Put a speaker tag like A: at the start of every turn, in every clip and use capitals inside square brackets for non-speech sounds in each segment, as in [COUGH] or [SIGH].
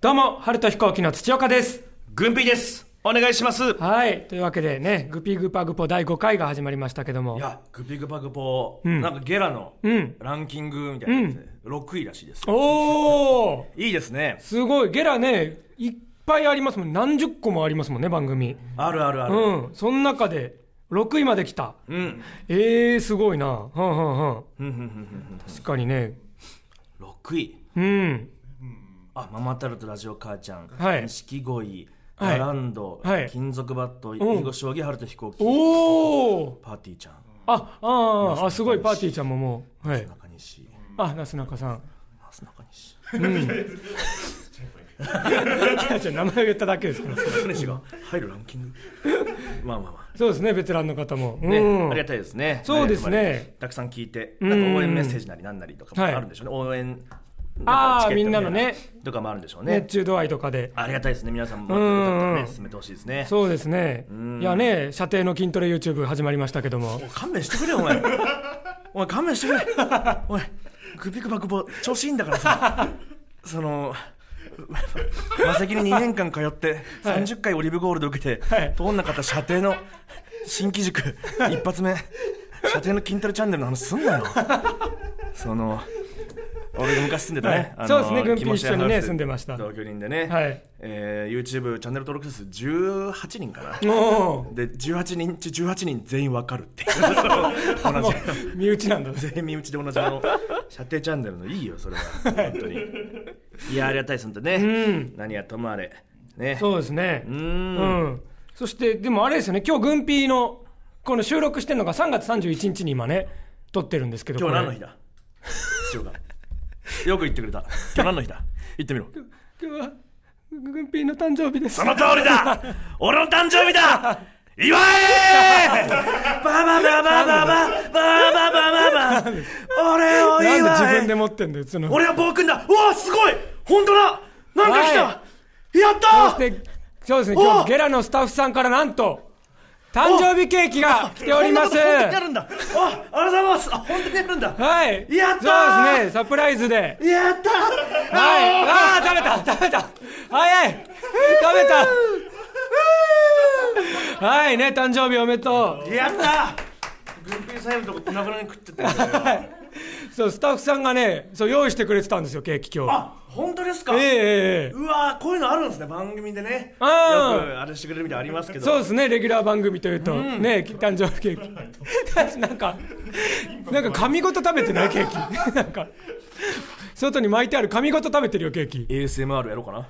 A: どうも、春と飛行機の土岡です。
B: 軍備です。お願いします。い
A: はい。というわけでね、グピグパグポ第5回が始まりましたけども。
B: や、グピグパグポ、
A: ん
B: なんかゲラの
A: うん
B: ランキングみたいなやつで、6位らしいです。
A: おー
B: いいですね。
A: すごい。ゲラね、いっぱいありますもん。何十個もありますもんね、番組。
B: あるあるある。
A: うん。その中で、6位まで来た。
B: うん。うん。
A: えー、すごいな。はんはんはん。
B: うん。うんうん
A: 確かにね。
B: うん。6位。
A: うん。
B: あ、ママタルトラジオ母ちゃん。
A: はい
B: 錦鯉、
A: はい
B: ラランド、
A: はい
B: 金属バット、囲
A: ん
B: 碁将棋、春と飛行機、
A: おー
B: パーティーちゃん、
A: あ、あー、あ、すごい。パーティーちゃんももう。はい。
B: 中西、
A: あ、なすなかさん。
B: 中西。
A: いや [LAUGHS] ちょ名前を言っただけですから。
B: 中西が入るラン
A: [LAUGHS]
B: キング。まあまあま
A: そうですね、ベテランの方も。
B: あ。ね、
A: うん
B: ありがたいですね。
A: そうですね。
B: たくさん聞いて、
A: ん
B: なんか応援メッセージなりなんなりとかも
A: はい
B: あるんでしょうね、応援
A: あー
B: チケット
A: みんなのね
B: とかもあるんでしょうね
A: 熱中度合いとかで。
B: ありがたいですね皆さんも
A: うん
B: よかったらね進めてほしいですね
A: そうですね。いやね、射程の筋トレ YouTube 始まりましたけども。
B: 勘弁してくれよお前 [LAUGHS] お前勘弁してくれ [LAUGHS] おいグピクバクボ調子いいんだからさ [LAUGHS] その [LAUGHS] マセキに2年間通って
A: はい
B: 30回オリーブゴールド受けて、
A: はい
B: 通んなかった射程の新規塾一発目射程の筋トレチャンネルの話すんなよその俺が昔住んでたね、
A: はい
B: あの
A: そうですね
B: キモシア
A: 軍艇一緒にね
B: ハウス
A: 住んでました
B: 同居人でね、
A: はい
B: えー YouTube チャンネル登録者数18人かな
A: お
B: で18人中18人全員わかるっていうその同じ
A: ー身内なんだ。
B: 全員身内で同じあの射程チャンネルのいいよそれは本当にいやありがたいです本当ね、
A: ん
B: 何はともあれねう
A: そうですね。
B: ー
A: うんん。そして、でもあれですよね、今日軍ピーの、この収録してるのが3月31日に今ね、撮ってるんですけど、
B: 今日何の日
A: だ
B: だ塩がよく言ってくれた今日何の日だ言ってみろ
A: 今日は、軍ピーの誕生日です
B: そ。の通りだ俺の誕生日だ祝えバババババババババババ俺を祝
A: な
B: え
A: んで自分で持ってんだよ、その。
B: 俺は暴君だうわすごい本当だなんか来た、
A: は
B: やった
A: そ
B: ー
A: して、そうですね、今
B: お
A: 日ゲラのスタッフさんからなんと、誕生日ケーキが来ております。
B: こんなこと本当にやるんだあありがとうございますあ本当にやるんだ
A: はい。
B: やっ
A: そ
B: たー
A: うですね、サプライズで。
B: やったー
A: はい。ああ、食べた、食べた。早い。食べた。はいね、誕生日おめでと
B: やった軍兵最後のとこ粉々に食ってたんだよ
A: う。そう、スタッフさんがね、そう、用意してくれてたんですよ、ケーキ今日。
B: あ本当ですか、
A: えええええ
B: うわーこういうのあるんですね番組でねよく
A: あー
B: あれしてくれるみたいなのありますけ
A: え
B: ど
A: そうですね、レギュラー番組というと、ね、誕生日ケーキ。 [LAUGHS] なんか、なんか紙ごと食べてないケーキ。 [LAUGHS] なんか、外に巻いてある紙ごと食べてるよ、ケーキ。
B: ASMR やろうかな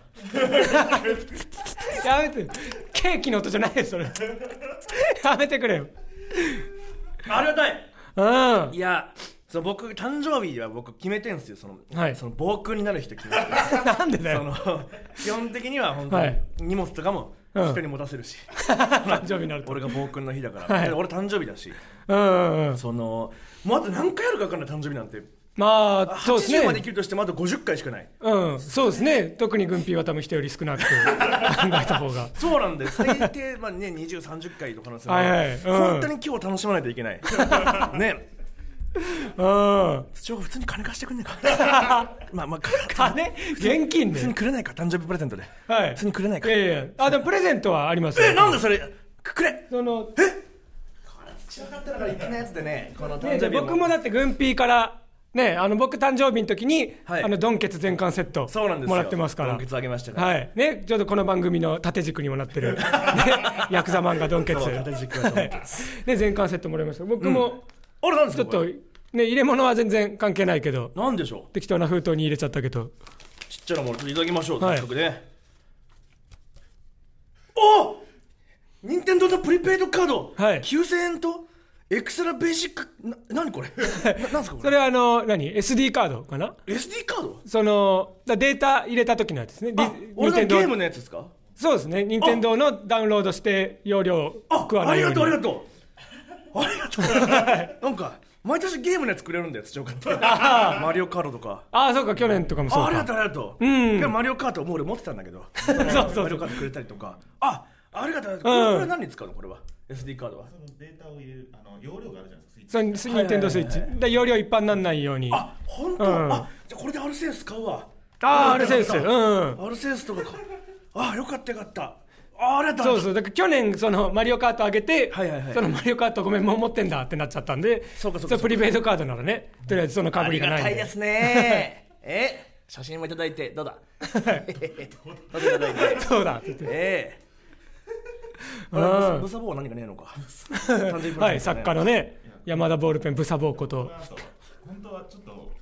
A: やめて。ケーキの音じゃないよ、それ。やめてくれよ。
B: ありがたい
A: [LAUGHS] うん
B: い。やその僕誕生日は僕決めてんすよその、
A: はい
B: その暴君になる人決めてる
A: なんでだ
B: そ
A: よ。
B: の基本的には本当
A: は
B: に
A: い
B: 荷物とかも
A: うん
B: 人に持たせるし、
A: 誕生日になると。
B: [LAUGHS] 俺が暴君の日だから、
A: はい
B: で俺誕生日だし
A: うんうんうん。
B: そのもうあと何回あるか分かんない誕生日なんて
A: まあ、そうです
B: 80まで生
A: ね
B: き。るとしてまだ50回しかない
A: うん、そうですね。特に軍ピーは多分人より少な
B: [LAUGHS]
A: く考えた方が。
B: そうなん
A: [LAUGHS]
B: で最低まあね2030回とかのその
A: はいはいうん
B: 本当に今日楽しまないとい
A: [LAUGHS]
B: けないね
A: うん。
B: 土岡普通に金貸してくんねえか
A: [LAUGHS]
B: まあまあ金
A: 金現金
B: 普通に
A: で。
B: くれないか誕生日プレゼントで
A: はい。
B: 普通にくれないか
A: いやいや。あ、でもプレゼントはありますよ
B: えなんでそれくくれ
A: その、
B: 土岡ってのが粋なやつでねこの
A: ね
B: 誕生日
A: 僕もだって軍ピーから、ね、あの、僕誕生日の時に、
B: はい
A: あの、ドンケツ全巻セット。
B: そうなんですよ
A: もらってますから。
B: ドンケツあげましたから
A: はい。ね、ちょうどこの番組の縦軸にもなって
B: [LAUGHS]
A: る。ね、ヤクザ漫画ドンケツ。
B: そう縦軸はドンケ
A: ね、全巻セットもらいました。僕も、
B: 俺なんです
A: ちょ
B: か
A: っ、
B: ことれ
A: ね、入れ物は全然関係ないけど、
B: なんでしょう
A: 適当な封筒に入れちゃったけど。
B: ちっちゃなものちょっといただきましょう、
A: はい
B: 早速ね。お任天堂のプリペイドカード、
A: はい
B: 9000円とエクストラベーシック、な、なに
A: [LAUGHS]
B: これななんすかこ
A: そ
B: れ
A: れはあの、何 ?SD カードかな
B: ?SD カード
A: その、だデータ入れた時のやつですね。
B: あ、
A: リ
B: 俺のゲーム
A: の
B: のやつですか
A: そうですね。任天堂のダウンロードして容量を
B: あ
A: 食、わ
B: あ
A: ない
B: り
A: よう
B: が
A: に。
B: とう、ありがとう。ありがと
A: [LAUGHS]
B: う。なんか、毎年ゲームのやつくれるんだよ、土岡って。マリオカードとか。
A: ああ、そうか、去年とかもそう
B: あ
A: か。
B: ありがとうありがとう、
A: ん
B: でマリオカートもう俺持ってたんだけど
A: [LAUGHS] そうそう
B: マリオカートくれたりとかあありがとうありがとうこれ,、
A: うん
B: これ何に使うのこれは SD カードは
C: そのデータを入れるあの容量があるじゃないですかスイッチ
A: そのスニンテンドースイッチ。で、容量一般になんないように。
B: あ本当、
A: うん
B: あじゃあこれで RCS 使うわ
A: ああ、アルセウス。うんうん。
B: アルセウスとかかああよかったよかったああれだ
A: そうそう、だから去年、そのマリオカート上げて、
B: はいはいはい
A: そのマリオカート、ごめん、もう持ってんだってなっちゃったんで、
B: そうかそうかそうか
A: れプリペイドカードならね、とりあえずそのか
B: あ
A: ぶり
B: り
A: が
B: が
A: ないんで
B: たいですねえ写真もいただいてどうだどうぞいただいて
A: そうだって言って
B: ええ
A: うん
B: あブサボーは何かねえのか誕生日プレゼントね
A: [LAUGHS] はい、作家のね、山田ボールペン、ブサボーこと
C: この、後本当はちょっと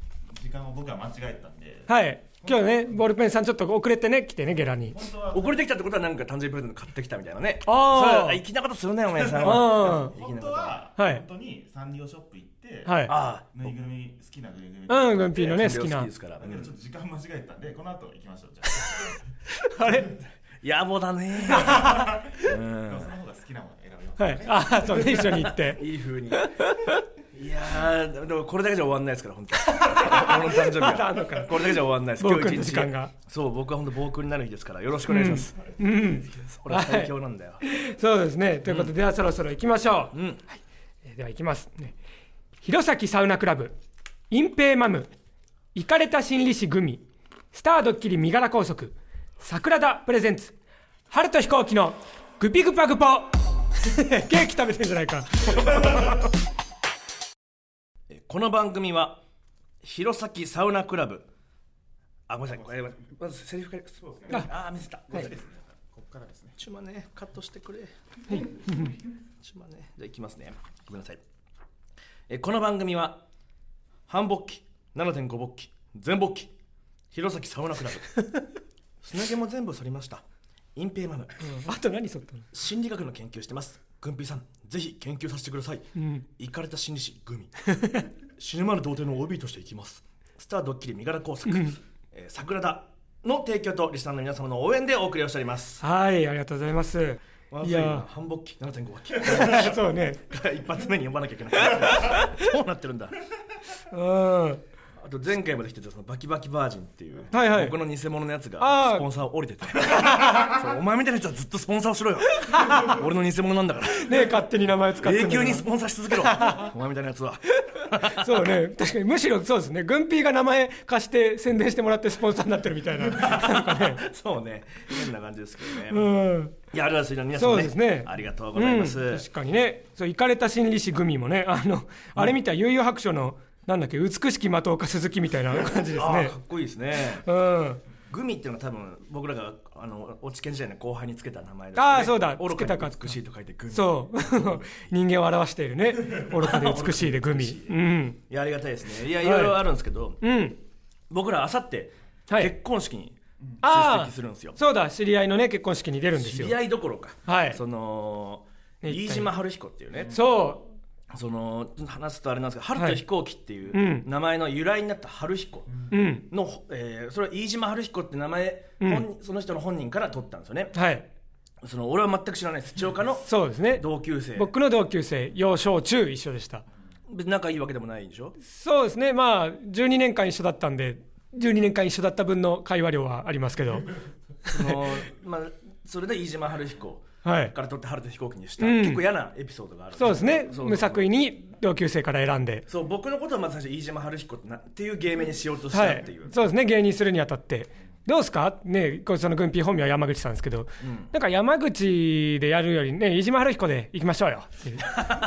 C: 時間を僕は間違えたんで、
A: はい、今日ね、ボールペンさん、ちょっと遅れてね、来てね、ゲラに。
C: 本当は
B: 遅れてきたってことはなんか誕生日プレゼント買ってきたみたいなね
A: あー
B: それ粋なことするねお前さん
A: あ
B: は
A: ー
B: 粋
C: 本
B: な
C: 当
B: こと
C: は、
A: はい
C: 本当にサンリオショップ行って、
A: はい、
B: あ
C: ぬいぐるみ好きなぬいぐるみ、
A: う
C: だ
A: ん、グンピーのね、
B: そ
A: 好
B: れ
A: き
B: は
A: な
B: で。すから、う
C: けど
B: ん
C: ちょっと時間間違えたんでこの後行きましょうじゃ
A: あれ
B: 野暮だねうん
C: あ、でもその方が好きなもの選びます、
A: はい、ああ、そうね、一緒に行って。
B: いい風にいやーでもこれだけじゃ終わんないですから本当に俺の誕生日
A: だあ
B: は
A: んのか
B: これだけじゃ終わんないです
A: 暴
B: 今
A: 君
B: 日
A: の
B: 一
A: 時
B: 日
A: 間が
B: そう僕は本当暴君になる日ですからよろしくお願いします、
A: うん、
B: これは最強なんだよ、
A: そうですね、ということで、ではそろそろ行きましょう。
B: うん
A: えーでは行きます、ね、弘前サウナクラブ隠蔽マムイカれた心理師グミスタードッキリ身柄拘束桜田プレゼンツ春と飛行機のグピグパグ [LAUGHS] ポケーキ食べてんじゃないか
B: えこの番組は弘前サウナクラブあごめんなさいこれまずセリフからそうですねああ見せたごめんなさい
C: こっからですね
B: ちゅまねカットしてくれちゅまねじゃあいきますねごめんなさいえこの番組は半勃起7.5勃起全勃起弘前サウナクラブ [LAUGHS] 砂毛も全部剃りました隠蔽マム
A: あと何そったの
B: 心理学の研究してます軍平さんぜひ研究させてください行かれた心理師グミ [LAUGHS] 死ぬまで童貞の OB としていきますスタードッキリ身柄拘束、えー桜田の提供とリスナーの皆様の応援でお送りをしております
A: はいありがとうございますい
B: いや
A: や
B: 繁忙期7.5脇
A: ー [LAUGHS] そうね
B: [LAUGHS] 一発目に読まなきゃいけ [LAUGHS] ないどうなってるんだ
A: うん
B: あと前回まで来てたそのバキバキバージンっていう、
A: はいはい
B: 僕の偽物のやつ
A: あ
B: が
A: ー
B: スポンサーを降り
A: [LAUGHS]
B: ててそうお前みたいなやつはずっとスポンサーをしろよ俺の偽物なんだから
A: ね勝手に名前使ってん
B: 永
A: だから
B: 久にスポンサーし [LAUGHS] 続けろお前みたいなやつは
A: そうね確かにむしろそうですね軍ピーが名前貸して宣伝してもらってスポンサーになってるみたいな [LAUGHS] なんかね
B: そうね変な感じですけどね、
A: う
B: い
A: ん
B: やありがとうございます皆さん、ね、
A: そうですね
B: ありがとうございます、
A: うん確かにねそう行かれた心理師組もねあの、あれ見た悠々白書のなんだっけ美しき的岡鈴木みたいな感じです
B: あー
A: ね
B: かっこいいですね
A: うん
B: グミっていうのは多分僕らがあの落ち研時代の後輩につけた名前です、
A: あーそうだ
B: 愚
A: つけ
B: か
A: た
B: に
A: か
B: 美しいと書いてグミ
A: そう [LAUGHS] 人間を表しているね愚かで美しいでグミうん
B: いやありがたいですねいや
A: はい
B: いろいろあるんですけど、
A: うん
B: 僕らあさって
A: はい
B: 結婚式に
A: あ
B: 出
A: あ
B: 席するんですよ、
A: そうだ知り合いのね結婚式に出るんです
B: 知
A: よ
B: り合いどころか、
A: はい
B: その
A: ね
B: 飯島春彦っていうね、
A: そ
B: その話すとあれなんですけど春と飛行機っていう
A: はいう
B: 名前の由来になった春彦
A: ううん
B: の、えーそれは飯島春彦って名前、
A: うん
B: 本その人の本人から取ったんですよね
A: はい
B: その俺は全く知らない土岡の
A: そうですね
B: 同級生
A: 僕の同級生幼少中一緒でした
B: 別に仲いいわけでもないでしょ
A: そうですねまあ12年間一緒だったんで12年間一緒だった分の会話量はありますけ
B: [LAUGHS]
A: ど
B: その、 [LAUGHS] まあ、それで飯島春彦
A: はい
B: から取って春と飛行機にした、
A: うん
B: 結構嫌なエピソードがある
A: そうですね
B: そう
A: 無作為に同級生から選んで
B: そう僕のことをまず最初飯島春彦ってなっていう芸名にしようとし
A: は
B: たって
A: い
B: いう、
A: そうですね芸人するにあたってどうですかねこれその軍艇本名は山口さんですけど、なんか山口でやるよりね飯島春彦で行きましょうよって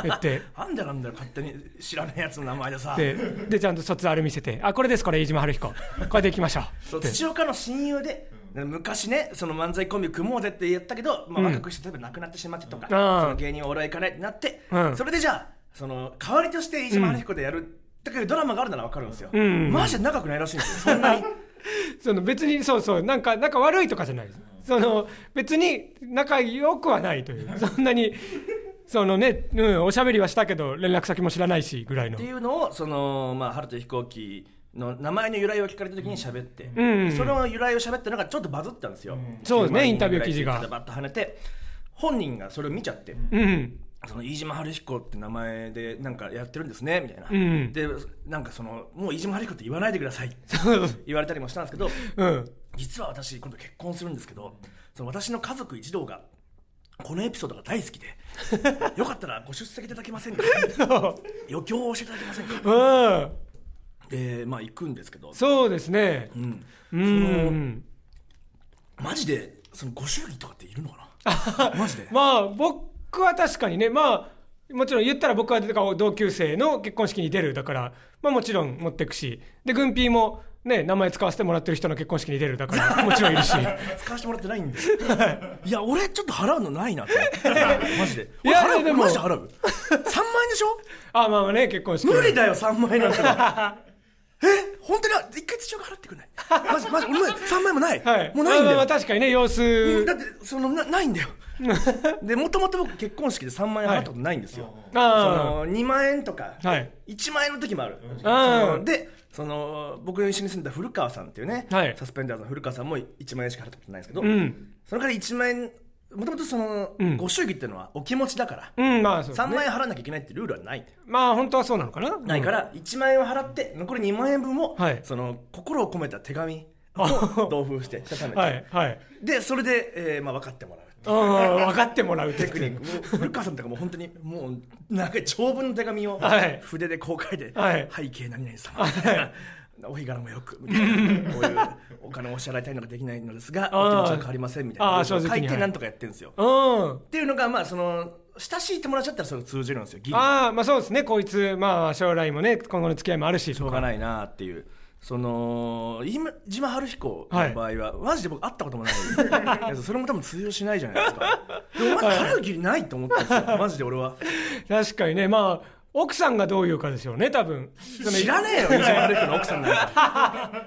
A: 言って
B: [LAUGHS] なんだなんだよ勝手に知らないやつの名前でさ
A: ででちゃんと卒アル見せてあこれですこれ飯島春彦これで行きましょ
B: [LAUGHS] そうう
A: って
B: 土岡の親友で、昔ねその漫才コンビ組もうぜって言ったけど、まあ、若くして例えば亡くなってしまってとか、
A: あー
B: その芸人俺は行かないってなって、
A: うん
B: それでじゃあその代わりとして飯島春彦でやる、とかいうドラマがあるなら分かるんですよ、
A: ん
B: マジで長くないらしいんです
A: [LAUGHS]
B: よそんなに
A: その別にそうそうなんか仲悪いとかじゃないですその別に仲良くはないというそんなにそのね、うん、おしゃべりはしたけど連絡先も知らないしぐらいの
B: っていうのをその、まあ、春と飛行機の名前の由来を聞かれた時に喋って、
A: ん
B: その由来を喋ったのがちょっとバズったんですよ、
A: そうですね
B: 9万人
A: インタビュー記事が
B: ぐらいバッと跳ねて本人がそれを見ちゃって、
A: うん
B: その飯島春彦って名前でなんかやってるんですねみたいな、
A: ん
B: でなんかそのもう飯島春彦って言わないでください [LAUGHS] って言われたりもしたんですけど
A: うん
B: 実は私今度結婚するんですけどその私の家族一同がこのエピソードが大好
A: [LAUGHS]
B: きでよかったらご出席いただけませんか [LAUGHS]
A: そう
B: 余興をしていただけませんか
A: うん
B: えー、まあ行くんですけど、
A: そうですね。
B: うん、
A: うん。
B: マジでそのご祝儀とかっているのか
A: [LAUGHS]
B: なマジで、
A: まあ、僕は確かにね、まあ、もちろん言ったら僕はだから同級生の結婚式に出るだから、まあもちろん持ってくし、で、軍ピーもね、名前使わせてもらってる人の結婚式に出るだから、もちろんいるし。
B: 使わせてもらってないんでいや俺ちょっと払うのない
A: [LAUGHS]
B: なってマジで
A: いや
B: 俺払う
A: でも
B: マジで払う3万円でしょ
A: あ、まあまあね、結婚式。
B: 無理だよ3万円なんてえ本当に一回父親が払ってくれないマジマジ俺も3万円もない、
A: はい。
B: もうな
A: まあ
B: いんだよ、
A: まあまあ確かにね、様子。
B: だってそのなな
A: [LAUGHS]
B: いんだよでもともと僕結婚式で3万円払ったことないんですよ、
A: あ
B: その2万円とか、
A: はい
B: 1万円の時もある、そのでその僕の一緒に住んだ古川さんっていうね、
A: はい
B: サスペンダーズの古川さんも1万円しか払ったことないんですけど、
A: あ。うん。
B: そのから1万円もともとその、
A: ん
B: ご祝儀っていうのはお気持ちだから、
A: うん、まあそうです
B: 3
A: ね。
B: 万円払わなきゃいけないってルールはないんだよ
A: まあ本当はそうなのかな。
B: ないから1万円を払って残り2万円分を、
A: はい
B: その心を込めた手紙
A: あ
B: を同封してしたため
A: うん。
B: て、
A: はい、はい。
B: でそれで、えーまあ、分かってもらう
A: うん、分かってもらうテ
B: テクニックもう古川さんとかもう本当にもう長い長文の手紙を
A: はい
B: 筆でこう書いて「
A: はい
B: 背景何々様」みたいなお日柄もよく」みたい
A: [LAUGHS]
B: なこういうお金をお支払いたいのができないのですが
A: あー
B: お気持ちは変わりませんみたい
A: あ
B: な
A: ー正
B: 書
A: 直に
B: いて
A: はい
B: なんとかやってるんですよ、
A: うん。
B: っていうのがまあその親しい友達だったらそれ通じるんですよギリし
A: ああ、まあそうですね。こいつ、まあ将来もね、今後の付き合いもあるし。し
B: ょうが
A: い。
B: ないなっていうその今島春彦の場合は、マジで僕会ったこと
A: [LAUGHS]
B: もないいやそれも多分通用しないじゃないですかでお前払う気ないと思ったんですよマジで俺は。
A: 確かにね、まあ、奥さんがどういうかですよね、多分。その
B: 知らねえよ、西村歩彦の奥さんなんか。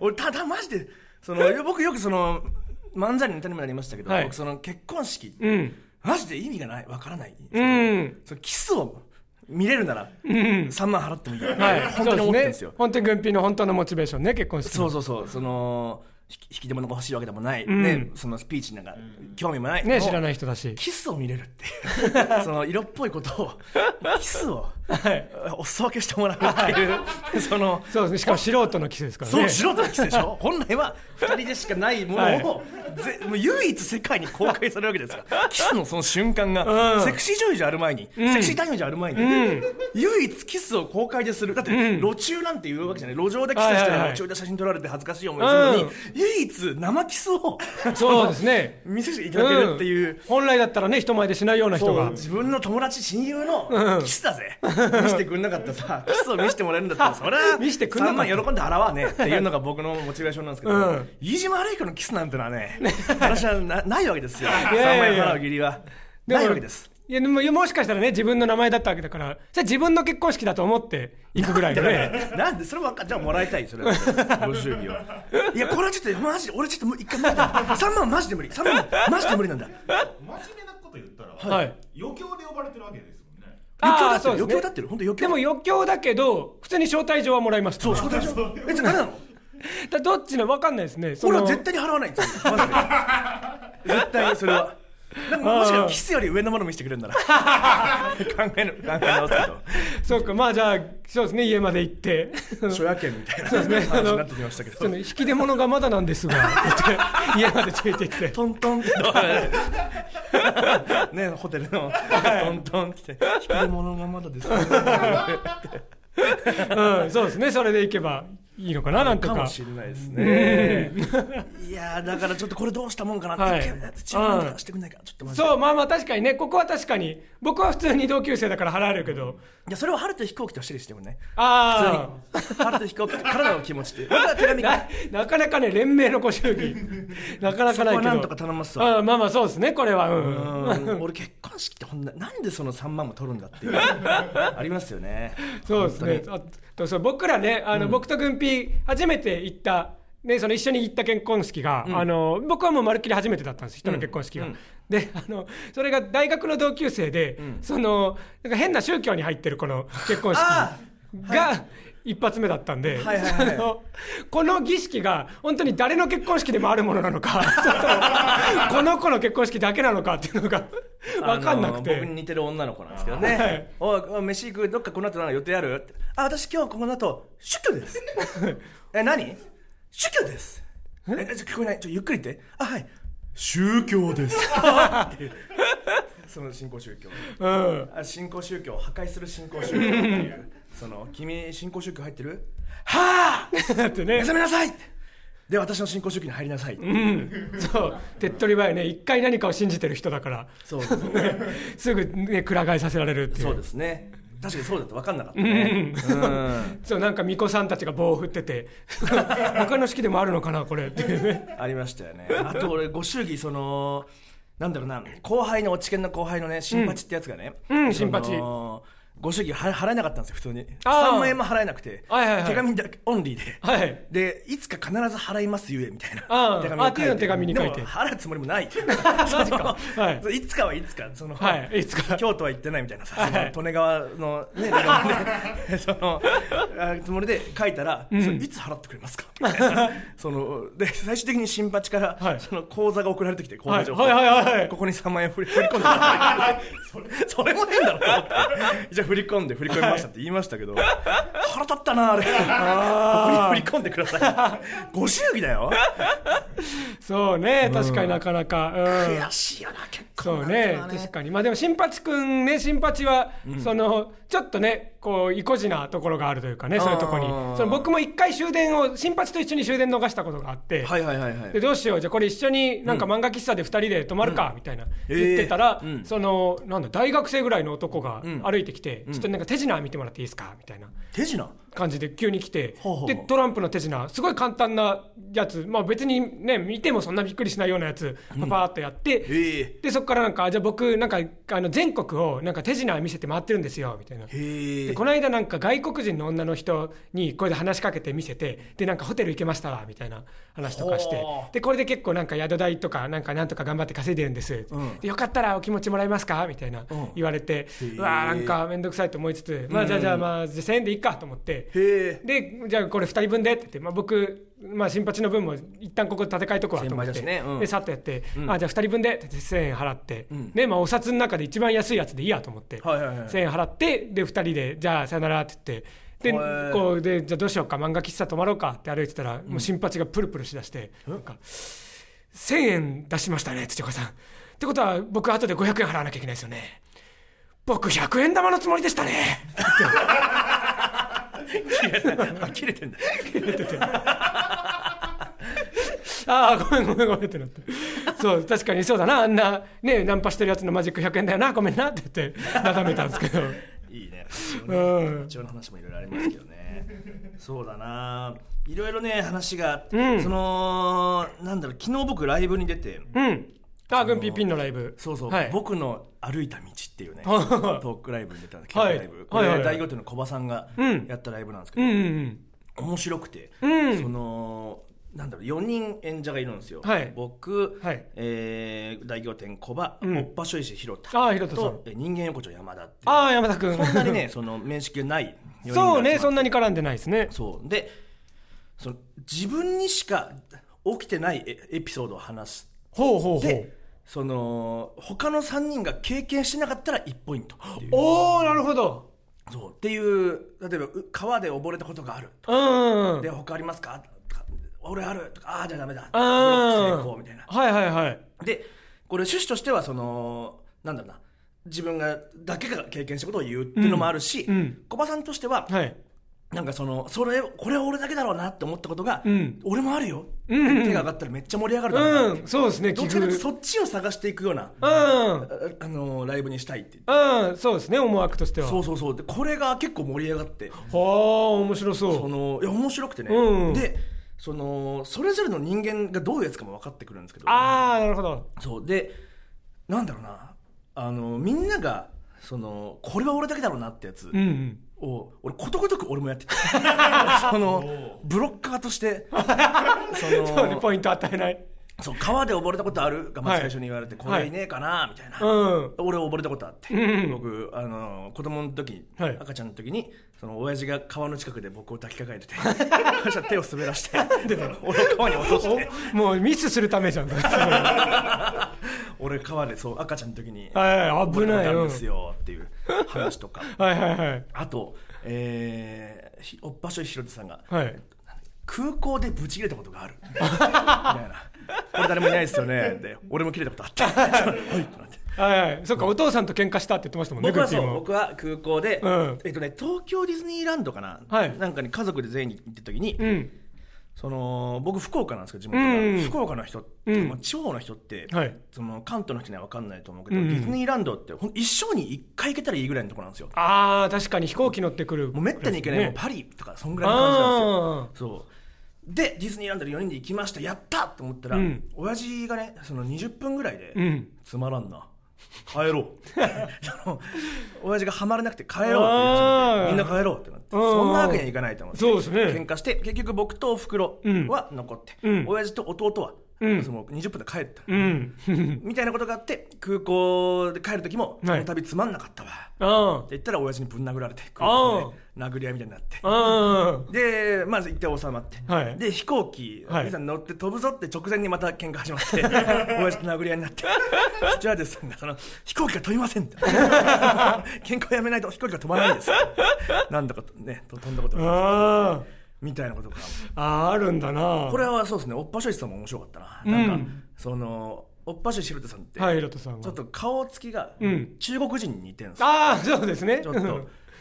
B: 俺、ただマジで、
A: [LAUGHS]
B: その、僕よくその、漫才のネタにもなりましたけど、
A: はい
B: 僕その結婚式、
A: うん。
B: マジで意味がない、わからない。
A: うん。
B: そのキスを見れるなら、3万払ってもいいから、
A: はい。
B: 本当に思ってるんです
A: そう
B: よ。
A: ね。本当に軍備の本当のモチベーションね、結婚式
B: そ
A: の。
B: うそうそう、その、ひ引き出物が欲しいわけでもない、
A: ん
B: ね、そのスピーチなんか、興味もない。
A: ね、知ら
B: い。
A: ない人だし。
B: キスを見れるって
A: [LAUGHS]
B: いう、その色っぽいことを、キスを、
A: はい。
B: お裾分けしてもらうっていう、その、
A: そうですね。しかも素人のキスですから
B: そう、
A: ね。
B: 素人のキスでしょ本来は2人でしかないものを、ぜもう唯一世界に公開されるわけですから、 [LAUGHS] キスのその瞬間が、
A: うん
B: セクシー女優じゃある前に、セクシー男優じゃある前に、唯一キスを公開でする。だって、路中なんて言うわけじゃない。路上でキスして
A: はいはいは
B: る
A: い
B: 路中で写真撮られて恥ずかしい思いするのに
A: うん、
B: 唯一生キスを [LAUGHS]
A: そうですね。
B: 見せていただけるっていう。
A: ん本来だったらね、人前でしないような人
B: そう
A: が。
B: 自分の友達親友の
A: うん
B: キスだ
A: [LAUGHS]
B: ぜ、見せてくんなかったらさキスを見せてもらえるんだったらそれは
A: 見せてくんなかった
B: 3万喜んで払わねえっていうのが僕のモチベーションなんですけど、
A: うん
B: 飯島春彦のキスなんてのはね私はなないわけですよ3
A: いや
B: 万
A: い
B: 円
A: や
B: 払う義理は
A: でも
B: ないわけです
A: いや、でも、もしかしたらね、自分の名前だったわけだから、それ自分の結婚式だと思って行くぐらいの
B: [LAUGHS]
A: ね。
B: なんでそればっかじゃあもらいたいそれはご祝儀をいやこれはちょっとマジで俺ちょっともう一回無理だ3万マジで無理3万マジで無理なんだ
C: 真面目なこと言ったら、
A: はい
C: 余興で呼ばれてるわけですもんね。
B: 余興
A: あー
B: だって
A: そう
B: る、
A: ですね
B: 余興だってる本当余
A: で
B: 興
A: も余興だけど、普通に招待状はもらいました。
B: そう招待状えじゃあ誰なの
A: だどっちのわかんないですね。その
B: 俺は絶対に払わないんですよマ
A: [LAUGHS]
B: ジで絶対にそれはなんかもしかしたらキスより上のもの見せてくれるなら考える考え直す
A: そうか、まあじゃあ、そうですね、家まで行
B: [LAUGHS]
A: って。
B: けど所有権みたいな
A: そうですね
B: 話になってきましたけ
A: その
B: ど
A: 引き出物がまだなんですが、って家までついてき
B: [LAUGHS]
A: て。
B: トントンってねホテルのトントンって引き出物がま
A: [LAUGHS]
B: だですね
A: うん、そうですね、それで行けばいいのかな、なんと
B: かも
A: か。
B: しれないですねいやーだからちょっとこれどうしたもんかなって、
A: はい
B: 一回土屋なんとかしてくんないかちょっとマジで
A: そう、まあまあ確かにね、ここは確かに、僕は普通に同級生だから払えるけど、
B: いやそれを春と飛行機としてるしてもね
A: あ
B: 春と飛行機と体の気持ちって僕は手紙
A: あ、
B: が
A: ななかなかね、連名のご祝
B: [LAUGHS]
A: 儀、なかな
B: そ
A: かない
B: こ
A: けど。
B: はなんとか頼ますわ
A: うん、まあまあそうですね、これは。うん。
B: うん俺結婚式ってほんななんでその3万も取るんだっ
A: [LAUGHS]
B: ていうありますよね
A: そうですね。あとそう僕らね、あの、僕と軍ピー初めて行った。ね、その一緒に行った結婚式が、あの僕はもうまるっきり初めてだったんです人の結婚式が、であのそれが大学の同級生で、そのなんか変な宗教に入ってるこの結婚式
B: あ
A: が一発目だったんで、
B: はいはいはい
A: そのこの儀式が本当に誰の結婚式でもあるものなの
B: [LAUGHS]
A: かそのこの子の結婚式だけなのかっていうのが分かんなくて、
B: あの僕に似てる女の子なんですけど
A: はい
B: ね「おいおい飯行くどっかこの後なんか予定ある?」って「あ私今日この後宗教
A: [LAUGHS]
B: です」え何宗教です」ええちょ聞こえないちょゆっくり言って「あはい宗教です」っていう [LAUGHS] その新興宗教
A: うん、 [LAUGHS]
B: あ新興宗教を破壊する新興宗教っていうその君新興宗教入ってる
A: だって
B: 目
A: ね
B: 覚めなさいってで私の新興宗教に入りなさい、
A: そう手っ取り早いね一回何かを信じてる人だから
B: そうそうそう
A: すぐねくら替えさせられるっていう
B: そうですね確かにそうだと分かんなかったね、うん、
A: そうなんか巫女さんたちが棒を振ってて [LAUGHS] 他の式でもあるのかなこれって [LAUGHS] いうね
B: ありましたよねあと俺ご祝儀そのなんだろうな後輩のお知見の後輩のね新八ってやつがね、
A: うんうん
B: その
A: 新
B: ご祝儀は払えなかったんですよ普通に
A: あー
B: 3万円も払えなくて、
A: はいはいはい
B: 手紙だけオンリーで
A: はい
B: でいつか必ず払いますゆえみたいな
A: ああ
B: 手紙を書い
A: ああ手紙に書いて
B: でも払うつもりもな
A: [LAUGHS]
B: い
A: ジかはい
B: い、いつかはいつかその、
A: はいいつか
B: 京都は行ってないみたいなさ、
A: はい
B: その利根川
A: [LAUGHS]
B: のね利根川で [LAUGHS] そのあつもりで書いたら、それいつ払ってくれますか [LAUGHS] みたいなそので最終的に新八から、
A: はい
B: その口座が送られてきて口座情報、
A: はいはいはいはい
B: ここに3万円振り振り込んでくださいそれ [LAUGHS] それも変だろと思って [LAUGHS] じゃあ振り込んで振り込みましたって言いましたけど、腹立ったなあれここに振り込んでくださいご祝儀だよ
A: そうね確かになかなか、うん、
B: 悔しいよな結構
A: そうね確かにまあでも新八くんね新八は、そのちょっとねこう意固地なところがあるというかねそういうところに
B: あー
A: その僕も一回終電を新八と一緒に終電逃したことがあって、
B: はいはいはいはい
A: でどうしようじゃあこれ一緒になんか漫画喫茶で2人で泊まるか、みたいな言ってたら、
B: えーうん
A: そのなんだ大学生ぐらいの男が
B: ん
A: 歩いてきて、ちょっとなんか手品見てもらっていいですかみたいな
B: 手品
A: 感じで急に来て、
B: ほうほう
A: でトランプの手品すごい簡単なやつ、まあ、別にね見てもそんなびっくりしないようなやつパパーっとやって、
B: へえ
A: でそこからなんかじゃあ僕なんかあの全国をなんか手品見せて回ってるんですよみたいな。
B: へ
A: で
B: え
A: この間なんか外国人の女の人にこれで話しかけて見せてでなんかホテル行けましたわみたいな話とかして
B: ほう
A: でこれで結構なんか宿代とかなんかなんとか頑張って稼いでるんです、
B: うん
A: でよかったらお気持ちもらえますかみたいな言われて、う
B: ー
A: わーなんか面倒くさいと思いつつ、まあじゃあじゃあまあじゃあ1000円でいいかと思って
B: へえ
A: でじゃあこれ2人分でって言って、まあ、僕、まあ、新八の分も一旦ここで立て替えとこうと思っ
B: 先
A: て、
B: 輩だしねうん
A: でさっとやって、あじゃあ2人分でって1000円払って、
B: ん
A: ねまあ、お札の中で一番安いやつでいいやと思って、
B: はいはいは
A: [LAUGHS]
B: い
A: 1000円払ってで2人でじゃあさよならって言って。で
B: へー
A: こうでじゃあどうしようか漫画喫茶泊まろうかって歩いてたら、もう新八がプルプルしだしてなんか1000円出しましたね土岡さんってことは僕後で500円払わなきゃいけないですよね僕100円玉のつもりでした
B: [LAUGHS]
A: ね
B: あ切れてんだ
A: ああ、ごめんごめんごめんってなって。そう、確かにそうだな。あんな、ね、ナンパしてるやつのマジック100円だよな。ごめんなって言って、なだめたんですけ
B: [LAUGHS]
A: ど。
B: いいね
A: うん
B: 一応の話もいろいろありますけどねそうだないろいろね話があって、そのなんだろう昨日僕ライブに出て
A: うん。あー、グンピーピンのライブ。
B: そうそう、
A: はい。
B: 僕の歩いた道っ
A: [LAUGHS]
B: ていうねト
A: はい
B: ークライブに出たんです
A: はい
B: ライブこれ
A: はいはいはい
B: 大御手の小葉さんが
A: ん
B: やったライブなんですけ
A: う
B: ど、
A: んうん
B: 面白くて、
A: うん
B: そのなんだろう4人演者がいるんですよ、
A: はい
B: 僕、
A: はい
B: えー大仰天小葉、
A: ん
B: おっぱしょいしひろた
A: あーひろたさん
B: とえー人間横丁山田っていう
A: ああ、山田君。
B: そんなにね [LAUGHS] その面識がない4人が集まって
A: そうね、そんなに絡んでないですね。
B: そうでその自分にしか起きてないエエピソードを話す
A: ほうほうほう
B: で。その他の3人が経験してなかったら1ポイントっていう
A: おー、なるほど。
B: そうっていう例えばう川で溺れたことがある
A: うんうんうん。
B: [LAUGHS] で他ありますかとか俺あるとかああじゃあダメだブロック成
A: あ
B: 功みたいな
A: はいはいはい。
B: でこれ趣旨としてはそのなんだろうな自分がだけが経験したことを言うっていうのもあるし、
A: うんうん
B: 小葉さんとしては、
A: はい。
B: なんかそのそれこれは俺だけだろうなって思ったことが、
A: うん
B: 俺もあるよ、
A: んうん
B: 手が上がったらめっちゃ盛り上がるだろうなって
A: うん、そうですね、
B: どっちかというとそっちを探していくような、あ
A: うん。
B: あのライブにしたいって
A: うん、そうですね、思惑としては。
B: そうそうそうでこれが結構盛り上がって
A: はあ、面白そう。
B: そのいや面白くてね、
A: うん
B: でそのそれぞれの人間がどういうやつかも分かってくるんですけど
A: ああ、なるほど。
B: そうでなんだろうなあのみんながそのこれは俺だけだろうなってやつ
A: うんうん。
B: を、俺ことごとく俺もや
A: [LAUGHS]
B: ってたそのブロッカーとしてそ
A: そうね、
B: の
A: ポイント与えない。
B: そう川で溺れたことあるがまず
A: はい
B: 最初に言われて、
A: はい
B: これいねえかなみたいな、
A: うん。
B: 俺溺れたことあって、
A: うん
B: 僕あの子供の時に、
A: はい
B: 赤ちゃんの時にその親父が川の近くで僕を抱きかかえてて [LAUGHS] そしたら手を滑らして [LAUGHS] 俺を川に落として
A: おもうミスするためじゃ
B: [LAUGHS]
A: ん。
B: 俺川でそう赤ちゃんの時に
A: はい、危ない
B: 溺れたことある
A: よ。
B: んですよっていう話とか
A: はいはいはい。
B: あと、えーひおっぱしょいひろてさんが
A: はい。
B: 空港でブチ切れたこと
A: [LAUGHS]
B: がある
A: [LAUGHS]
B: [LAUGHS] みたいなこれ誰もいないですよねで俺も切れたことあってはいってなって
A: はいはいそっかお父さんと喧嘩したって言ってましたもんね
B: 僕は
A: グッチ
B: そ
A: ー
B: う
A: も
B: 僕は空港で、
A: うん
B: えっとね東京ディズニーランドかな、
A: はい
B: なんかに家族で全員に行った時に、
A: うん
B: その僕福岡なんですけど地元が、
A: うん
B: 福岡の人って、
A: うん
B: まあ地方の人って、
A: はい
B: その関東の人には分かんないと思うけど、
A: うん
B: ディズニーランドってほん一生に一回行けたらいいぐらいのところなんですよ
A: ああ確かに飛行機乗ってくる
B: もうめったに行けない、もう
A: ね
B: パリとかそんぐらいの感じなんですよそうでディズニーランドで4人で行きましたやったと思ったら、
A: うん
B: 親父がねその20分ぐらいで、
A: うん
B: つまらんな帰
A: [LAUGHS]
B: ろうその親父がハマれなくて帰ろうって言い始
A: あー
B: めてみんな帰ろうってなって
A: うんうん
B: そんなわけにはいかないと思って
A: そうですね
B: 喧嘩して結局僕とおふくろ
A: うん
B: は残って、
A: うん
B: 親父と弟は、
A: うん
B: その20分で帰った、
A: うん
B: みたいなことがあって空港で帰る時も「こ
A: はい
B: の旅つまんなかったわ」
A: あ
B: って言ったら親父にぶん殴られて空
A: あ
B: 港で殴り合いみたいになって
A: ああ
B: でまず一回収まって、
A: はい
B: で飛行機、
A: はい
B: 皆さん乗って飛ぶぞって直前にまた喧嘩始まっ
A: [LAUGHS]
B: て親父と殴り合いになってスチュワーデスさんがその「飛行機が飛びません」って [LAUGHS] 喧嘩をやめないと飛行機が飛ばないんですなんだかとねと飛んだことがある
A: あ
B: みたいなことが
A: あああるんだな
B: これはそうですねおっぱしょいさんも面白かったな,、
A: うん
B: なんかそのおっぱしょいしるとさんって、
A: はいロトさんが
B: ちょっと顔つきが
A: うん
B: 中国人に似てるんですよ
A: ああそうですね
B: ちょっと。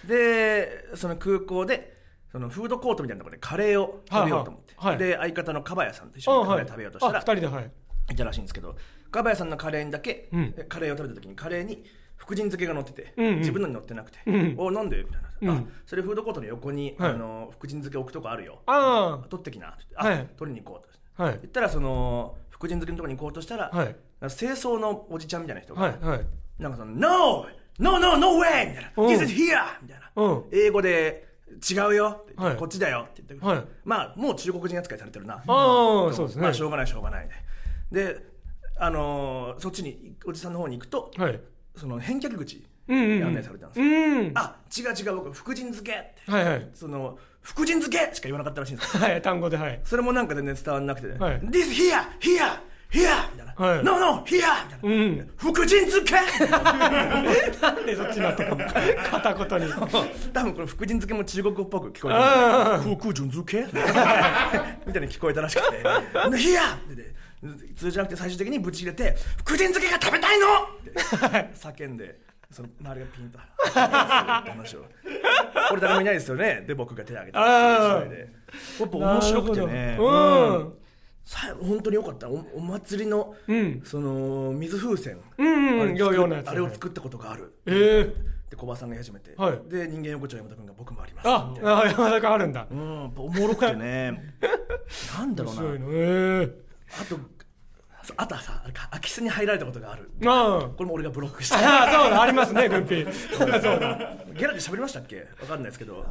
B: で、その空港で、そのフードコートみたいなところでカレーを食べようと思って。
A: はいはいはい
B: で、相方のカバヤさんと一
A: あ
B: 緒にカ
A: は
B: レ
A: い
B: ー食べようとした
A: あ
B: ら、
A: 二人ではい
B: いたらしいんですけど、カバヤさんのカレーにだけ、
A: うん
B: カレーを食べた時にカレーに福神漬けが乗ってて、
A: うんうん
B: 自分のに乗ってなくて、
A: うん
B: おなんでみたいな、
A: う
B: あ
A: ん
B: それフードコートの横に、
A: はい
B: あの福神漬け置くとこあるよ。
A: あ
B: 取ってきなって言って。あ、
A: はい
B: 取りに行こうと。
A: あはい
B: 言ったら、その、福神漬けのところに行こうとしたら、
A: はい
B: なんか清掃のおじちゃんみたいな人が、
A: はいはい
B: なんかその、No! No, no, no way! みたいな。
A: うん
B: This is here! みたいな
A: うん。
B: 英語で、違うよって
A: はい
B: こっちだよって言って、
A: はい
B: まあ、もう中国人扱いされてるな。
A: あ
B: ん
A: あそうですね
B: まあ、しょうがない、しょうがないで。で、あのーそっちに、おじさんの方に行くと、
A: はい
B: その、返却口
A: うんうん
B: で
A: うん
B: 案内されたんです
A: う
B: よ。
A: ん
B: あ、違う違う、僕、福神漬けって。
A: はいはい
B: その、福神漬けしか言わなかったらしいんですよ。
A: はい単語ではい
B: それもなんか全然伝わんなくて、
A: はい
B: This here! Here! Here! みたいな。
A: はい
B: No, no! Here! みたいな。
A: うん
B: 福神漬け
A: なんでそっちになってくの片言に
B: 多分この福神漬けも中国語っぽく聞こえ
A: あ
B: た福神漬
A: [LAUGHS]
B: けみたいに聞こえたらしくて「でいや!」って通じなくて最終的にぶち入れて「福神漬けが食べたいの!」って叫んでその周りがピンと話を「これ誰もいないですよね」で僕が手を挙げて
A: あー
B: それでやっぱ面白くて
A: な
B: ね
A: るほどうん
B: さ本当によかったおお祭りの、
A: ん
B: その水風船、
A: うん
B: あ
A: う
B: れ
A: ん
B: 作
A: 療
B: っ
A: 養のやつ
B: あれを作ったことがある
A: ええ
B: で小林さんが言い始めて、
A: はい
B: で人間横丁山田君が僕もあります
A: あ
B: みたいな
A: あ山田君あるんだ
B: うんやっぱおもろくてね [LAUGHS] なんだろうな
A: そういうの [LAUGHS] え
B: あとそうあとはさあれか空き巣に入られたことがある
A: えあ
B: これも俺がブロックし
A: あ
B: た
A: ああそうだありますねグンピーそうだそうだ
B: ゲラで喋りましたっけわかんないですけど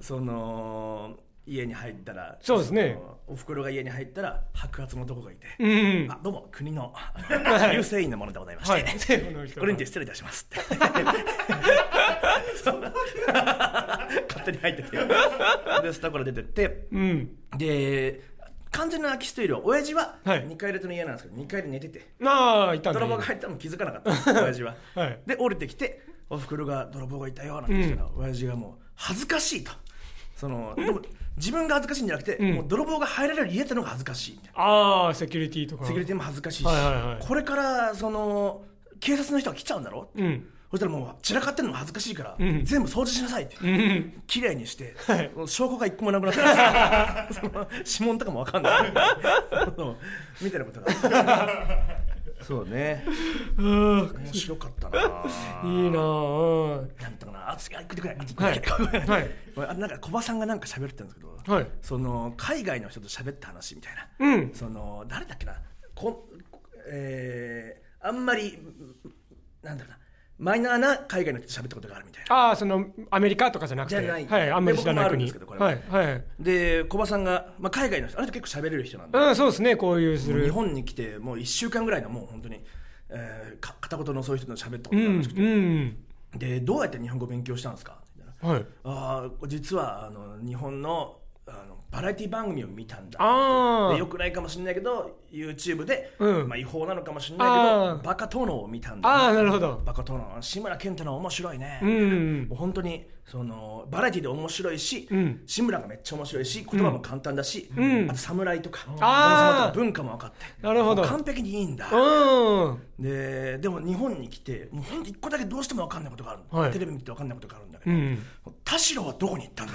A: うん
B: その家に入ったら
A: そうですね
B: そのおふくろが家に入ったら白髪の男がいて、
A: うん
B: あどうも国のあの優勢員のものでございまして、
A: はい政府の人
B: [LAUGHS] これにて失礼いたします
A: [LAUGHS]
B: ってそう勝手に入っててでスタから出てって
A: うん
B: で完全な空き巣というよりは親父は
A: はい
B: 2階建ての家なんですけど2階で寝てて
A: ああいたんだ
B: 泥棒が入ったのも気づかなかった親父は、
A: はい
B: で降りてきておふくろが泥棒がいたよなんて言ったら、親父がもう恥ずかしいとそ
A: [LAUGHS]
B: のでも自分が恥ずかしいんじゃなくて、
A: ん
B: もう泥棒が入られる家ってのが恥ずかしいみたいな
A: ああセキュリティとか
B: セキュリティも恥ずかしいし、
A: はいはいはい
B: これからその警察の人が来ちゃうんだろ、
A: うん
B: そしたらもう散らかってるのも恥ずかしいから、
A: ん
B: 全部掃除しなさいって、
A: うん
B: 綺麗にして、
A: はい
B: もう証拠が一個もなくなったんですよ [LAUGHS] その指紋とかもわかんないそうみたいなことがそうね
A: うん
B: 面白かったな
A: いいなあうん
B: なんとかなあっち行ってくれあっち
A: は
B: 行っ
A: い
B: てくれ、
A: はい
B: ごめんあ [LAUGHS] なんか小バさんがなんか喋ってたんですけど、
A: はい
B: その海外の人と喋った話みたいな、
A: うん
B: その誰だっけなこえーあんまりなんだろうなマイナーな海外の人と喋ったことがあるみたいな
A: ああそのアメリカとかじゃなくて
B: じゃない
A: はいあんまり知らない
B: で僕もあるんで
A: 国
B: すけどこれは
A: はいはい
B: で小バさんが、まあ、海外の人あの人結構喋れる人なんで、
A: うんそうですねこういうす
B: もう日
A: る
B: 本に来てもう1週間ぐらいのもう本当に、えーか片言のそういう人と喋ったこ
A: う
B: と
A: ん
B: があるらしくて、
A: うん
B: でどうやって日本語勉強したんですかみたいな
A: はい
B: あー実はあの日本のあのバラエティ番組を見たんだ
A: あ
B: で
A: あ
B: よくないかもしれないけど YouTube で、
A: うん
B: まあ、違法なのかもしれない
A: あ
B: け
A: ー
B: どバカ殿を見たんだ
A: ああなるほど
B: バカ殿の志村けんってのは面白いね、
A: うん
B: もう本当にそのバラエティで面白いし、
A: うん
B: 志村がめっちゃ面白いし言葉も簡単だし、
A: ん
B: あと侍とか
A: あー
B: 殿様とか文化も分かって
A: なるほど
B: もう完璧にいいんだ、
A: うん
B: ででも日本に来てもうほんと1個だけどうしても分かんないことがあるの、
A: はい
B: テレビ見て分かんないことがあるんだけ
A: う
B: ど、
A: ん
B: 田代はどこに行ったんだ [LAUGHS]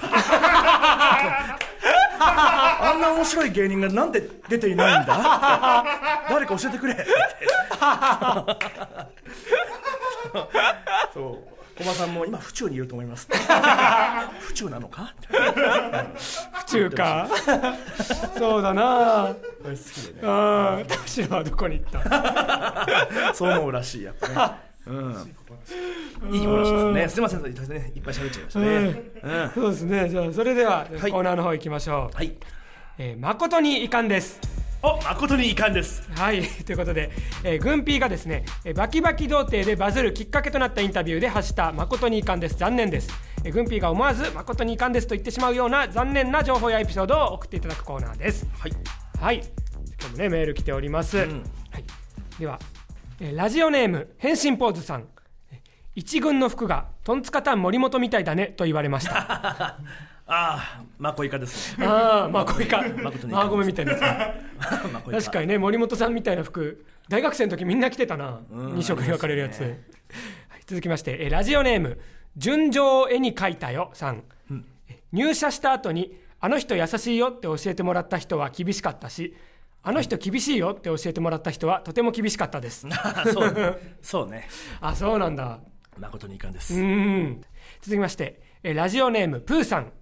B: あんな面白い芸人がなんで出ていないんだ誰か教えてくれって [LAUGHS] そう駒さんも今府中にいると思います府中なのか
A: 府中かそうだなあ
B: これ好きでね
A: あ田代はどこに行った
B: そう思うらしいやっぱね、うん、いいお話ですねすいませんいっぱいねいっぱい喋っちゃいましたね、うん
A: そうですねじゃあそれではコ
B: はい
A: ーナーの方行きましょう、
B: はい
A: えー誠に遺憾です
B: お誠に遺憾です
A: はい [LAUGHS] ということで、えー、グンピーがですね、えーバキバキ童貞でバズるきっかけとなったインタビューで発した誠に遺憾です残念です、えー、グンピーが思わず誠に遺憾ですと言ってしまうような残念な情報やエピソードを送っていただくコーナーです
B: はい
A: はい今日もねメール来ております、
B: ん
A: はい、では、えーラジオネーム変身ポーズさんえー一軍の服がトンツカタン森本みたいだねと言われました [LAUGHS] あ
B: ああまこいかですね [LAUGHS]
A: あまあこれか
B: 誠に遺憾です
A: まあごめんみたいなやつね
B: まこい
A: 確かにね森本さんみたいな服大学生の時みんな着てたな、
B: うん
A: 二2色に分かれるやつ、
B: あり
A: はい続きましてえーラジオネーム「純情を絵に描いたよ」さん、え入社した後に「あの人優しいよ」って教えてもらった人は厳しかったし「あの人厳しいよ」って教えてもらった人はとても厳しかったです
B: あー [LAUGHS] そうねそうね
A: あ [LAUGHS] そうなんだ
B: 誠に遺憾で
A: う
B: す
A: ん続きましてえラジオネームプーさん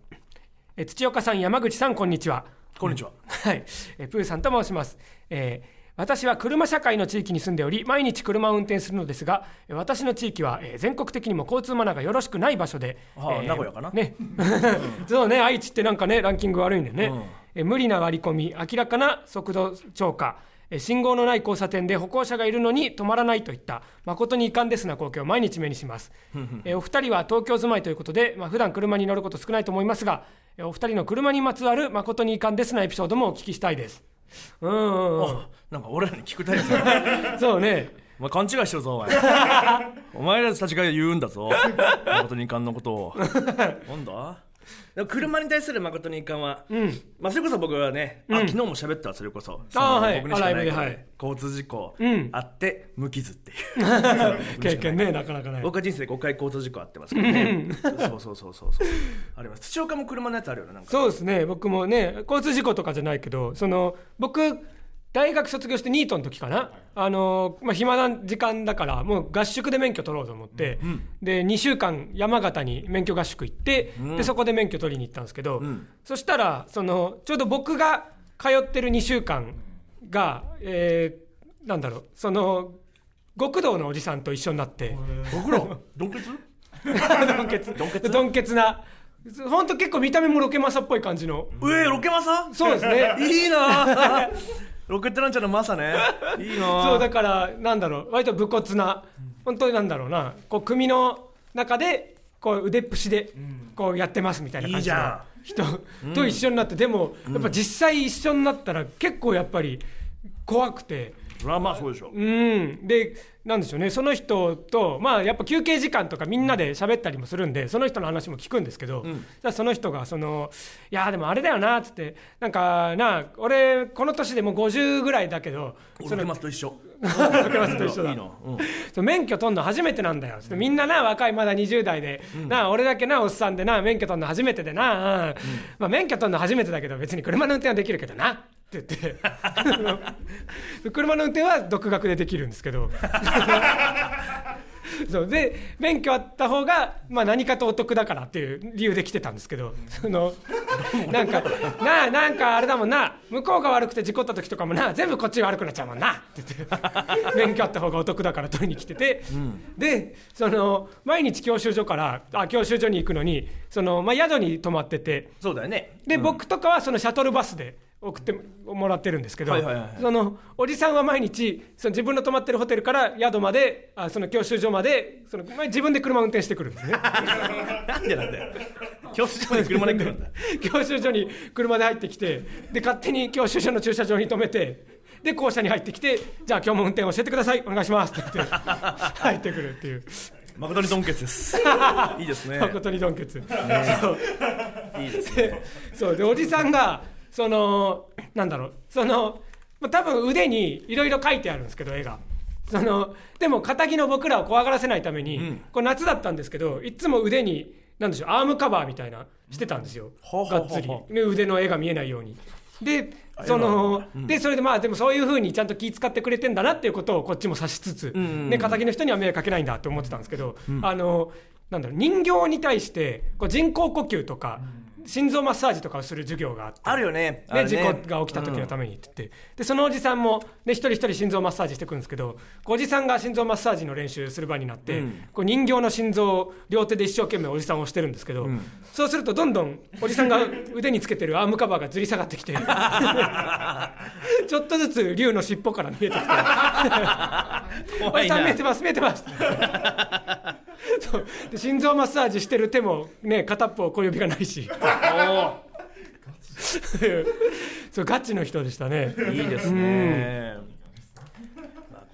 A: え土岡さん山口さんこんにちは
B: こんにちは
A: はい、えープーさんと申します、えー私は車社会の地域に住んでおり毎日車を運転するのですがえー私の地域は、えー全国的にも交通マナーがよろしくない場所で、
B: あー名古屋かな
A: ね [LAUGHS] そうね愛知ってなんかねランキング悪いんでね、えー無理な割り込み明らかな速度超過えー信号のない交差点で歩行者がいるのに止まらないといった誠に遺憾ですな光景を毎日目にしますえーお二人は東京住まいということで、まあ普段車に乗ること少ないと思いますがえーお二人の車にまつわる誠に遺憾ですなエピソードもお聞きしたいですうんうんうん
B: あなんか俺らに聞くタイ
A: [LAUGHS]
B: プだな
A: そうね
B: お前勘違いしてるぞお
A: [LAUGHS]
B: 前お前らたちが言うんだぞ誠に遺憾のことをなんだでも車に対する誠に遺憾は、まあ、それこそ僕はね、あ昨日も喋ったわそれこそその
A: はい
B: 僕にしかないけど
A: あライブではい
B: 交通事故、
A: ん
B: あって無
A: [LAUGHS]
B: 傷っていう
A: 経験ねなかなかね
B: 僕は人生で5回交通事故あってますからねそうそうそうそうそうあります土岡も車のやつあるよねなんか
A: そうですね僕もね交通事故とかじゃないけどその僕大学卒業してニートの時かな、あのまあ、暇な時間だからもう合宿で免許取ろうと思って、で2週間山形に免許合宿行って、でそこで免許取りに行ったんですけど、
B: ん
A: そしたらそのちょうど僕が通ってる2週間が、えーなんだろうその極道のおじさんと一緒になって。
B: 僕らドンケツ
A: ドンケツ。ドンケツな。ほんと結構見た目もロケマサっぽい感じの。
B: えロケマサ
A: そうですね。
B: いいなぁロケットランチャーのマサねいいなぁ
A: そうだからなんだろう割と武骨な本当になんだろうなこう組の中でこう腕っぷしでこうやってますみたいな感じの人と一緒になってでもやっぱ実際一緒になったら結構やっぱり怖くて
B: それはまあそうでしょ
A: うんでなんでしょうねその人とまあやっぱ休憩時間とかみんなで喋ったりもするんでその人の話も聞くんですけど、じゃあその人がそのいやでもあれだよなっつってなんかなあ俺この年でもう50ぐらいだけどそ
B: ロケ
A: の
B: マサと一緒
A: ロケバスと一緒だ
B: いいなうん
A: そう免許取んの初めてなんだよ、みんなな若いまだ20代で、な俺だけなおっさんでな免許取んの初めてでな、うんまあ、免許取んの初めてだけど別に車の運転はできるけどなって言って [LAUGHS] 車の運転は独学でできるんですけど [LAUGHS] そうで免許あった方が、まあ、何かとお得だからっていう理由で来てたんですけどそ [LAUGHS] のなんかなあなんかあれだもんな向こうが悪くて事故った時とかもな全部こっちが悪くなっちゃうもんなって言 [LAUGHS] って免許あった方がお得だから取りに来てて、でその毎日教習所からあ教習所に行くのにその、まあ、宿に泊まってて
B: そうだよね
A: で、僕とかはそのシャトルバスで送ってもらってるんですけど、
B: はいはいはいはい
A: そのおじさんは毎日その自分の泊まってるホテルから宿まであその教習所までそのまあ自分で車運転してくるんです
B: [LAUGHS]
A: ね
B: なんでなんだよ教室まで車で来るんだ
A: 教習所に車で入ってきてで勝手に教習所の駐車場に止めてで校舎に入ってきてじゃあ今日も運転教えてくださいお願いしますって
B: [LAUGHS]
A: 言って入ってくるっていう
B: 誠にドンケツです
A: [LAUGHS]
B: いいですね
A: 誠にドンケツ。
B: いいですね
A: で [LAUGHS] そうでおじさんがそのなんだろうそのまあ多分腕にいろいろ書いてあるんですけど絵がそのでも仇の僕らを怖がらせないために、
B: ん
A: これ夏だったんですけどいつも腕になんでしょうアームカバーみたいなしてたんですよ、
B: ほうほ
A: が
B: うほう
A: っつり
B: ほ
A: で腕の絵が見えないようにでその、でそれでまあでもそういうふうにちゃんと気遣ってくれてんだなっていうことをこっちも察しつつ、
B: んうんうん
A: ね敵の人には迷惑かけないんだって思ってたんですけど、あのなんだろう人形に対してこう人工呼吸とか、心臓マッサージとかをする授業があって。
B: あるよねあ
A: ね、
B: れ
A: 事
B: ね
A: 故が起きた時のためにって言って、でそのおじさんも、ね、一人一人心臓マッサージしてくるんですけどこうおじさんが心臓マッサージの練習する場になって、
B: うん
A: こう人形の心臓を両手で一生懸命おじさんを押してるんですけど、そうするとどんどんおじさんが腕につけてるアームカバーがずり下がって
B: [LAUGHS]
A: きてちょっとずつ竜の尻尾から見えてきて。お
B: 怖
A: じ
B: い
A: さん見え
B: な
A: てます見えてます
B: [LAUGHS]
A: そうで心臓マッサージしてる手もね片っぽ小指がないしそうガチの人でしたね
B: おーいいですね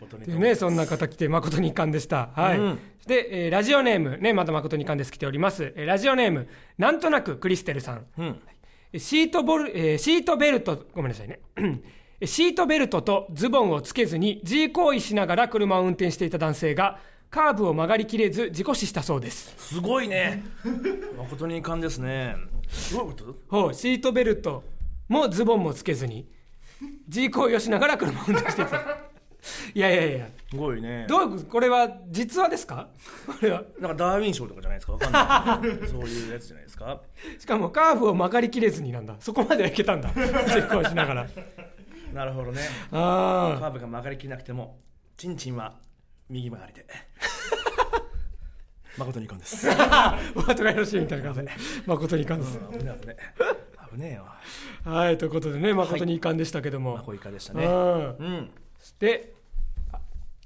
B: 誠に
A: で
B: ドン
A: ねそんな方来て誠に遺憾でしたはい、
B: うん
A: で、えーラジオネームねまた誠に遺憾です来ております、えーラジオネームなんとなくクリステルさん
B: うん
A: えシートボル、えーシートベルト、ごめんなさいね。えシートベルトとズボンをつけずに G 行為しながら車を運転していた男性が、カーブを曲がりきれず事故死したそうです。
B: すごいね誠に遺憾ですねすごいこと
A: ほう、シートベルトもズボンもつけずに G 行為をしながら車を運転していた。 [LAUGHS] いやいやいや、
B: すごいね
A: どう、これは実話ですかこれは。
B: なんかダーウィン賞とかじゃないですかわかんない [LAUGHS] そういうやつじゃないですか
A: しかもカーブを曲がりきれずになんだ。そこまではいけたんだ。G 行為しながら。
B: なるほどね
A: あ
B: カーブが曲がりきれなくてもチンチンは右曲がり [LAUGHS] で誠に遺憾です
A: あ、お後がよろしいみたいな感じで。誠に遺憾です。
B: 危ねえ危ねえ危ねえよ
A: はい、ということでね、誠に遺憾でしたけども。
B: まあこういう感じでした
A: う
B: ね
A: ん
B: うん
A: で、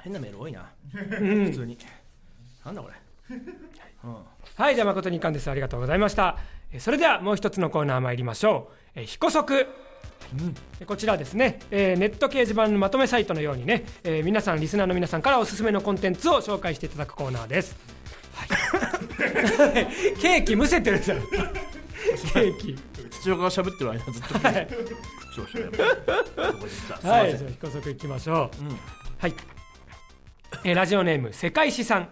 B: 変なメール多いな
A: うん
B: 普通になんだこれ
A: はい、じゃあ誠に遺憾です。ありがとうございました。えそれではもう一つのコーナー参りましょう。え非こ則。えこちらですね、えーネット掲示板のまとめサイトのようにね、えー皆さんリスナーの皆さんからおすすめのコンテンツを紹介していただくコーナーです、はい、 [LAUGHS] ケーキむせてるじゃ [LAUGHS] んケーキ
B: 土岡が喋ってる間ずっと
A: はい
B: 口をしてる [LAUGHS] やっぱりどこに行ったすいま
A: はい、
B: せん
A: じゃあ、彦足いきましょう。はい。えーラジオネーム、世界史さん。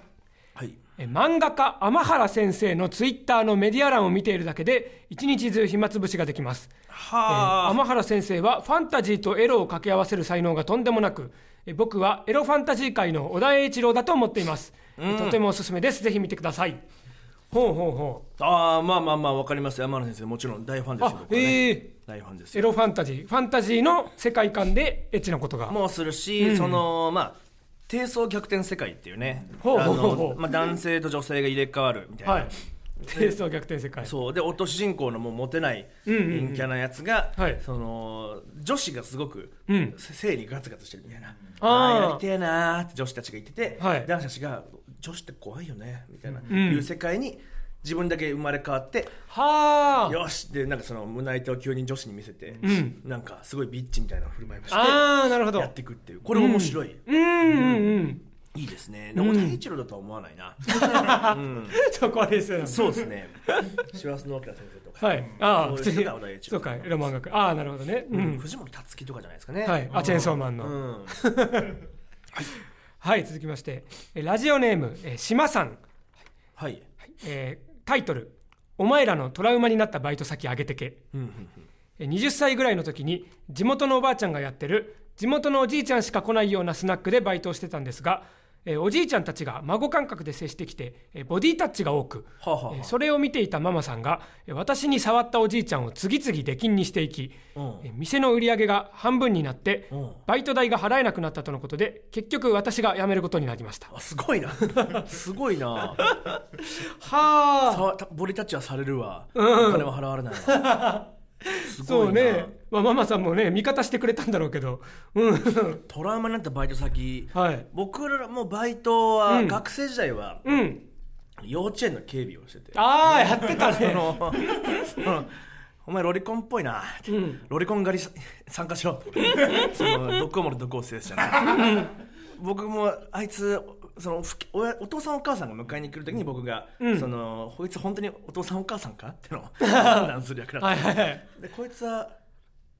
B: はい
A: えー漫画家天原先生のツイッターのメディア欄を見ているだけで一日中暇つぶしができます、えー
B: は
A: 天原先生はファンタジーとエロを掛け合わせる才能がとんでもなくえー僕はエロファンタジー界の小田栄一郎だと思っています、えーとてもおすすめですぜひ見てくださいほうほうほう
B: あああまあまあまあわかります山野先生もちろん大ファンですよ
A: あ
B: 僕はね
A: え
B: 大ファンです
A: ーエ
B: よ
A: ロファンタジーファンタジーの世界観でエッチなことが
B: もうするしそのまあ低層逆転世界っていうねあ
A: ほうほうほうほう
B: のまあ男性と女性が入れ替わるみたい
A: は
B: ない
A: 低層逆転世界
B: そうで落とし人口のもうモテない
A: んうんうん
B: 陰キャなやつが、
A: はい
B: その女子がすごく、
A: うん
B: 生理ガツガツしてるみたいな、
A: あー
B: あーやりてえなーって女子たちが言ってて、
A: はい
B: 男子たちが女子って怖いよねみたいな、
A: ん
B: いう世界に自分だけ生まれ変わって、
A: はあ
B: よしでなんかその胸板を急に女子に見せて、
A: ん
B: なんかすごいビッチみたいな振る舞いをして
A: ああなるほど
B: やっていくっていうこれ面白い、
A: うんうんうん
B: いいですねでも太一郎だとは思わないな、
A: [LAUGHS] そこはですよね
B: そうですね師走の大きな先生とか、
A: はいああ
B: そう
A: 普
B: いう
A: 通
B: 人
A: に
B: が小田栄一郎
A: そうかエロ漫画家ああなるほどねう
B: うん
A: ん
B: 藤森たつきとかじゃないですかね
A: はいあチェーンソーマンの
B: うん
A: はい続きましてえラジオネームえ島さん
B: はい。
A: えータイトル「お前らのトラウマになったバイト先あげてけ」え20歳ぐらいの時に地元のおばあちゃんがやってる地元のおじいちゃんしか来ないようなスナックでバイトをしてたんですが、えーおじいちゃんたちが孫感覚で接してきて、えーボディタッチが多く、
B: はあはあはあ
A: えーそれを見ていたママさんがえー私に触ったおじいちゃんを次々出禁にしていき、
B: うん
A: えー店の売り上げが半分になって、
B: うん
A: バイト代が払えなくなったとのことで結局私が辞めることになりました。
B: あすごいな。すごい
A: [LAUGHS]
B: な。
A: は
B: さわたボディタッチはされるわ。お金は払われないわ。すごい
A: そ
B: な
A: うね、まあ、ママさんもね味方してくれたんだろうけどうん
B: トラウマになったバイト先
A: はい
B: 僕らもバイトは、
A: うん
B: 学生時代は
A: うん
B: 幼稚園の警備をしてて
A: ああやってた
B: そ
A: ね
B: の [LAUGHS] そのお前ロリコンっぽいなって、
A: うん
B: ロリコン狩りさ参加しろってその毒をもら毒を制すじゃない僕もあいつそのふきおやお父さんお母さんが迎えに来る時に僕が、
A: うん
B: そのこいつ本当にお父さんお母さんかっ
A: [LAUGHS]
B: てのを判断する役だった、
A: はいはいはい
B: でこいつは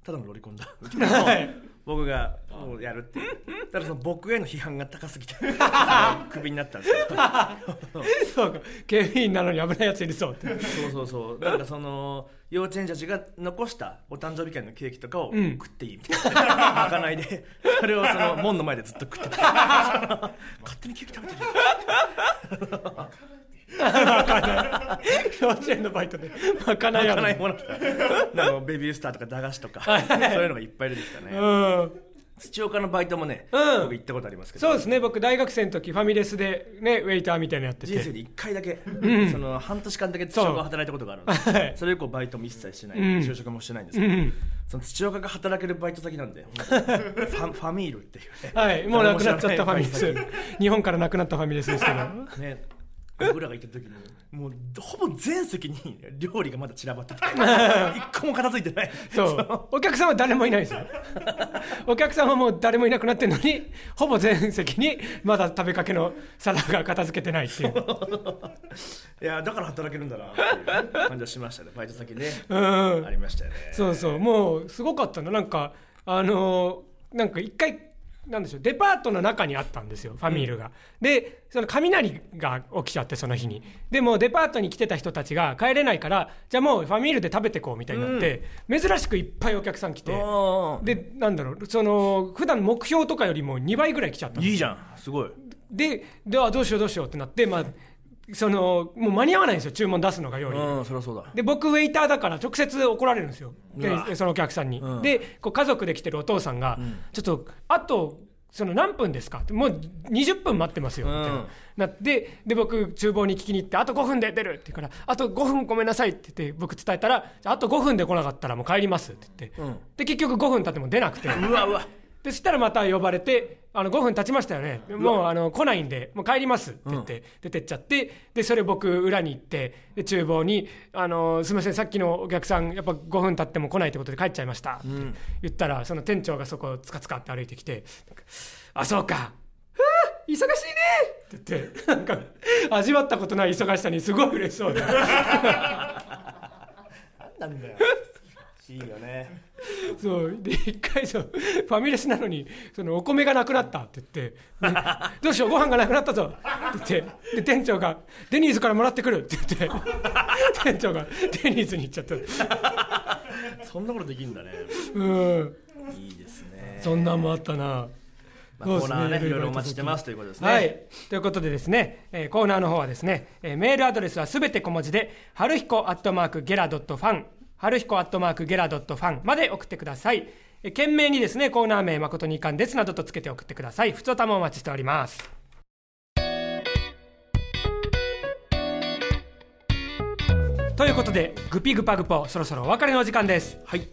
B: ただのロリコンだみたいなのを僕がもうやるっていうただその僕への批判が高
A: [LAUGHS]
B: すぎてあのクビになったんですけど
A: そうか警備員なのに危ないやついるそうって
B: そうそう
A: [LAUGHS]
B: そうなんかその幼稚園児たちが残したお誕生日会のケーキとかを
A: うん
B: 食っていいみた
A: [LAUGHS]
B: いな、まかないでそれをその門の前でずっと食ってたその勝手にケーキ食べてる
A: 幼稚園のバイトでまかない
B: ま
A: や
B: か
A: ろ
B: ないものとかなんかベビースターとか駄菓子とかそういうのがいっぱい出てきたね、
A: うん
B: 土岡のバイトもね、
A: うん
B: 僕行ったことありますけど
A: そうですね僕大学生の時ファミレスでねウェイターみたいなのやってて
B: 人生で1回だけ、
A: ん
B: その半年間だけ土岡が働いたことがあるんです
A: はい
B: それ以降バイトも一切してない、
A: うん
B: 就職もしてないんです
A: う
B: けど、
A: ん
B: その土岡が働けるバイト先なんでフ
A: [LAUGHS]
B: ァファミールっていうね
A: はいもうなくなっちゃったファミレ
B: 誰
A: ス
B: も知らない
A: 日本からなくなったファミレスですけど
B: ね僕らが行った時にもうほぼ全席に料理がまだ散らば [LAUGHS] ってて一個も片付いてない
A: そう [LAUGHS] お客さんは誰もいないですよお客さんはもう誰もいなくなってるのにほぼ全席にまだ食べかけの皿が片付けてないっていう
B: いやだから働けるんだなっていう感じはしましたねバイト先ね
A: うん
B: ありましたよね
A: そうそうもうすごかったのなんかあのーなんか一回なんでしょうデパートの中にあったんですよファミールが、でその雷が起きちゃってその日にでもうデパートに来てた人たちが帰れないからじゃあもうファミールで食べてこうみたいになって、珍しくいっぱいお客さん来て
B: おー
A: でなんだろうその普段目標とかよりも2倍ぐらい来ちゃったの
B: いいじゃんすごい
A: でであどうしようどうしようってなってまあそのもう間に合わないんですよ注文出すのがより、
B: うんそりゃそうだ
A: で僕ウェイターだから直接怒られるんですよ
B: う
A: で
B: わ
A: そのお客さんに、
B: うん
A: でこう家族で来てるお父さんが、ちょっとあとその何分ですかってもう20分待ってますよみたいな,、
B: うん
A: なってで僕厨房に聞きに行ってあと5分で出るって言うからあと5分ごめんなさいって言って僕伝えたらあと5分で来なかったらもう帰りますって言って、
B: うん
A: で結局5分経っても出なくて
B: うわうわ
A: でそしたらまた呼ばれて「あの5分経ちましたよねもうあの来ないんでもう帰ります」って言って、出てっちゃってでそれ僕裏に行ってで厨房にあの「すみませんさっきのお客さんやっぱ5分経っても来ないってことで帰っちゃいました」って言ったらその店長がそこをつかつかって歩いてきて「あそうか」忙しいねって言ってなんか味わったことない忙しさにすごい嬉しそうで
B: なんだよいいよね
A: そうで一回そうファミレスなのにそのお米がなくなったって言って、ねどうしようご飯がなくなったぞって言ってで店長が「デニーズからもらってくる」って言って店長がデニーズに行っちゃった
B: そんなことできるんだね
A: うん
B: いいですね
A: そんなんもあったな、
B: まあコーナーねいろいろお待ちしてますすということですね
A: はい、ということでですね、えーコーナーの方はですね、えーメールアドレスはすべて小文字で、はるひこアットマークゲラドットファン、はるひこアットマークゲラドットファンまで送ってください。えー、懸命にですね、コーナー名誠に遺憾ですなどとつけて送ってください。ふつおたもお待ちしております。ということで、グピグパグポ、そろそろお別れのお時間です。
B: はい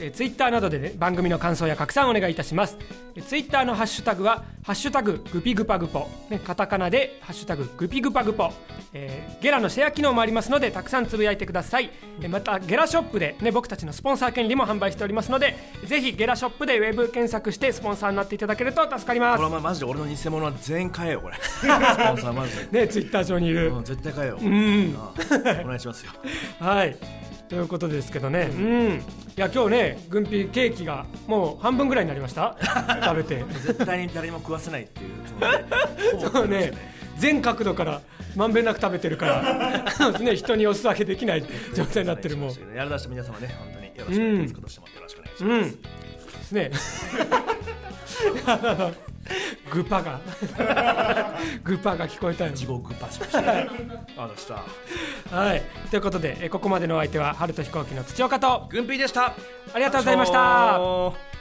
A: えー、ツイッターなどで、ね、番組の感想や拡散お願いいたします、えー、ツイッターのハッシュタグは「ハッシュタググピグパグポ」ね、カタカナで「ハッシュタググピグパグポ」えーゲラのシェア機能もありますのでたくさんつぶやいてください、えーまたゲラショップで、ね、僕たちのスポンサー権利も販売しておりますのでぜひゲラショップでウェブ検索してスポンサーになっていただけると助かりま
B: これお
A: す
B: 前マジで俺の偽物は全員買えよ [LAUGHS] これスポンサーマジで
A: ねツイッター上にいる、
B: うん絶対買えよ
A: ん
B: ああお願いしますよ
A: はいということですけどねうん、いや今日ね軍ピケーキがもう半分ぐらいになりました [LAUGHS] 食べて
B: 絶対に誰にも食わせないっていう
A: [LAUGHS] そうね、全角度からまんべんなく食べてるから、 [LAUGHS] そうですね、人にお裾分けできない状態になってるもん。う
B: やるだした皆様ね本当によろしくお願いします今年もよろしくお願いし
A: ん、
B: ま
A: ですす [LAUGHS] ね。グパ [LAUGHS] が、グパが聞こえたよ。
B: 地獄パチパチあでした
A: はい、ということで、えここまでのお相手は春と飛行機の土岡と、
B: 軍備でした
A: ありがとうございました。
B: た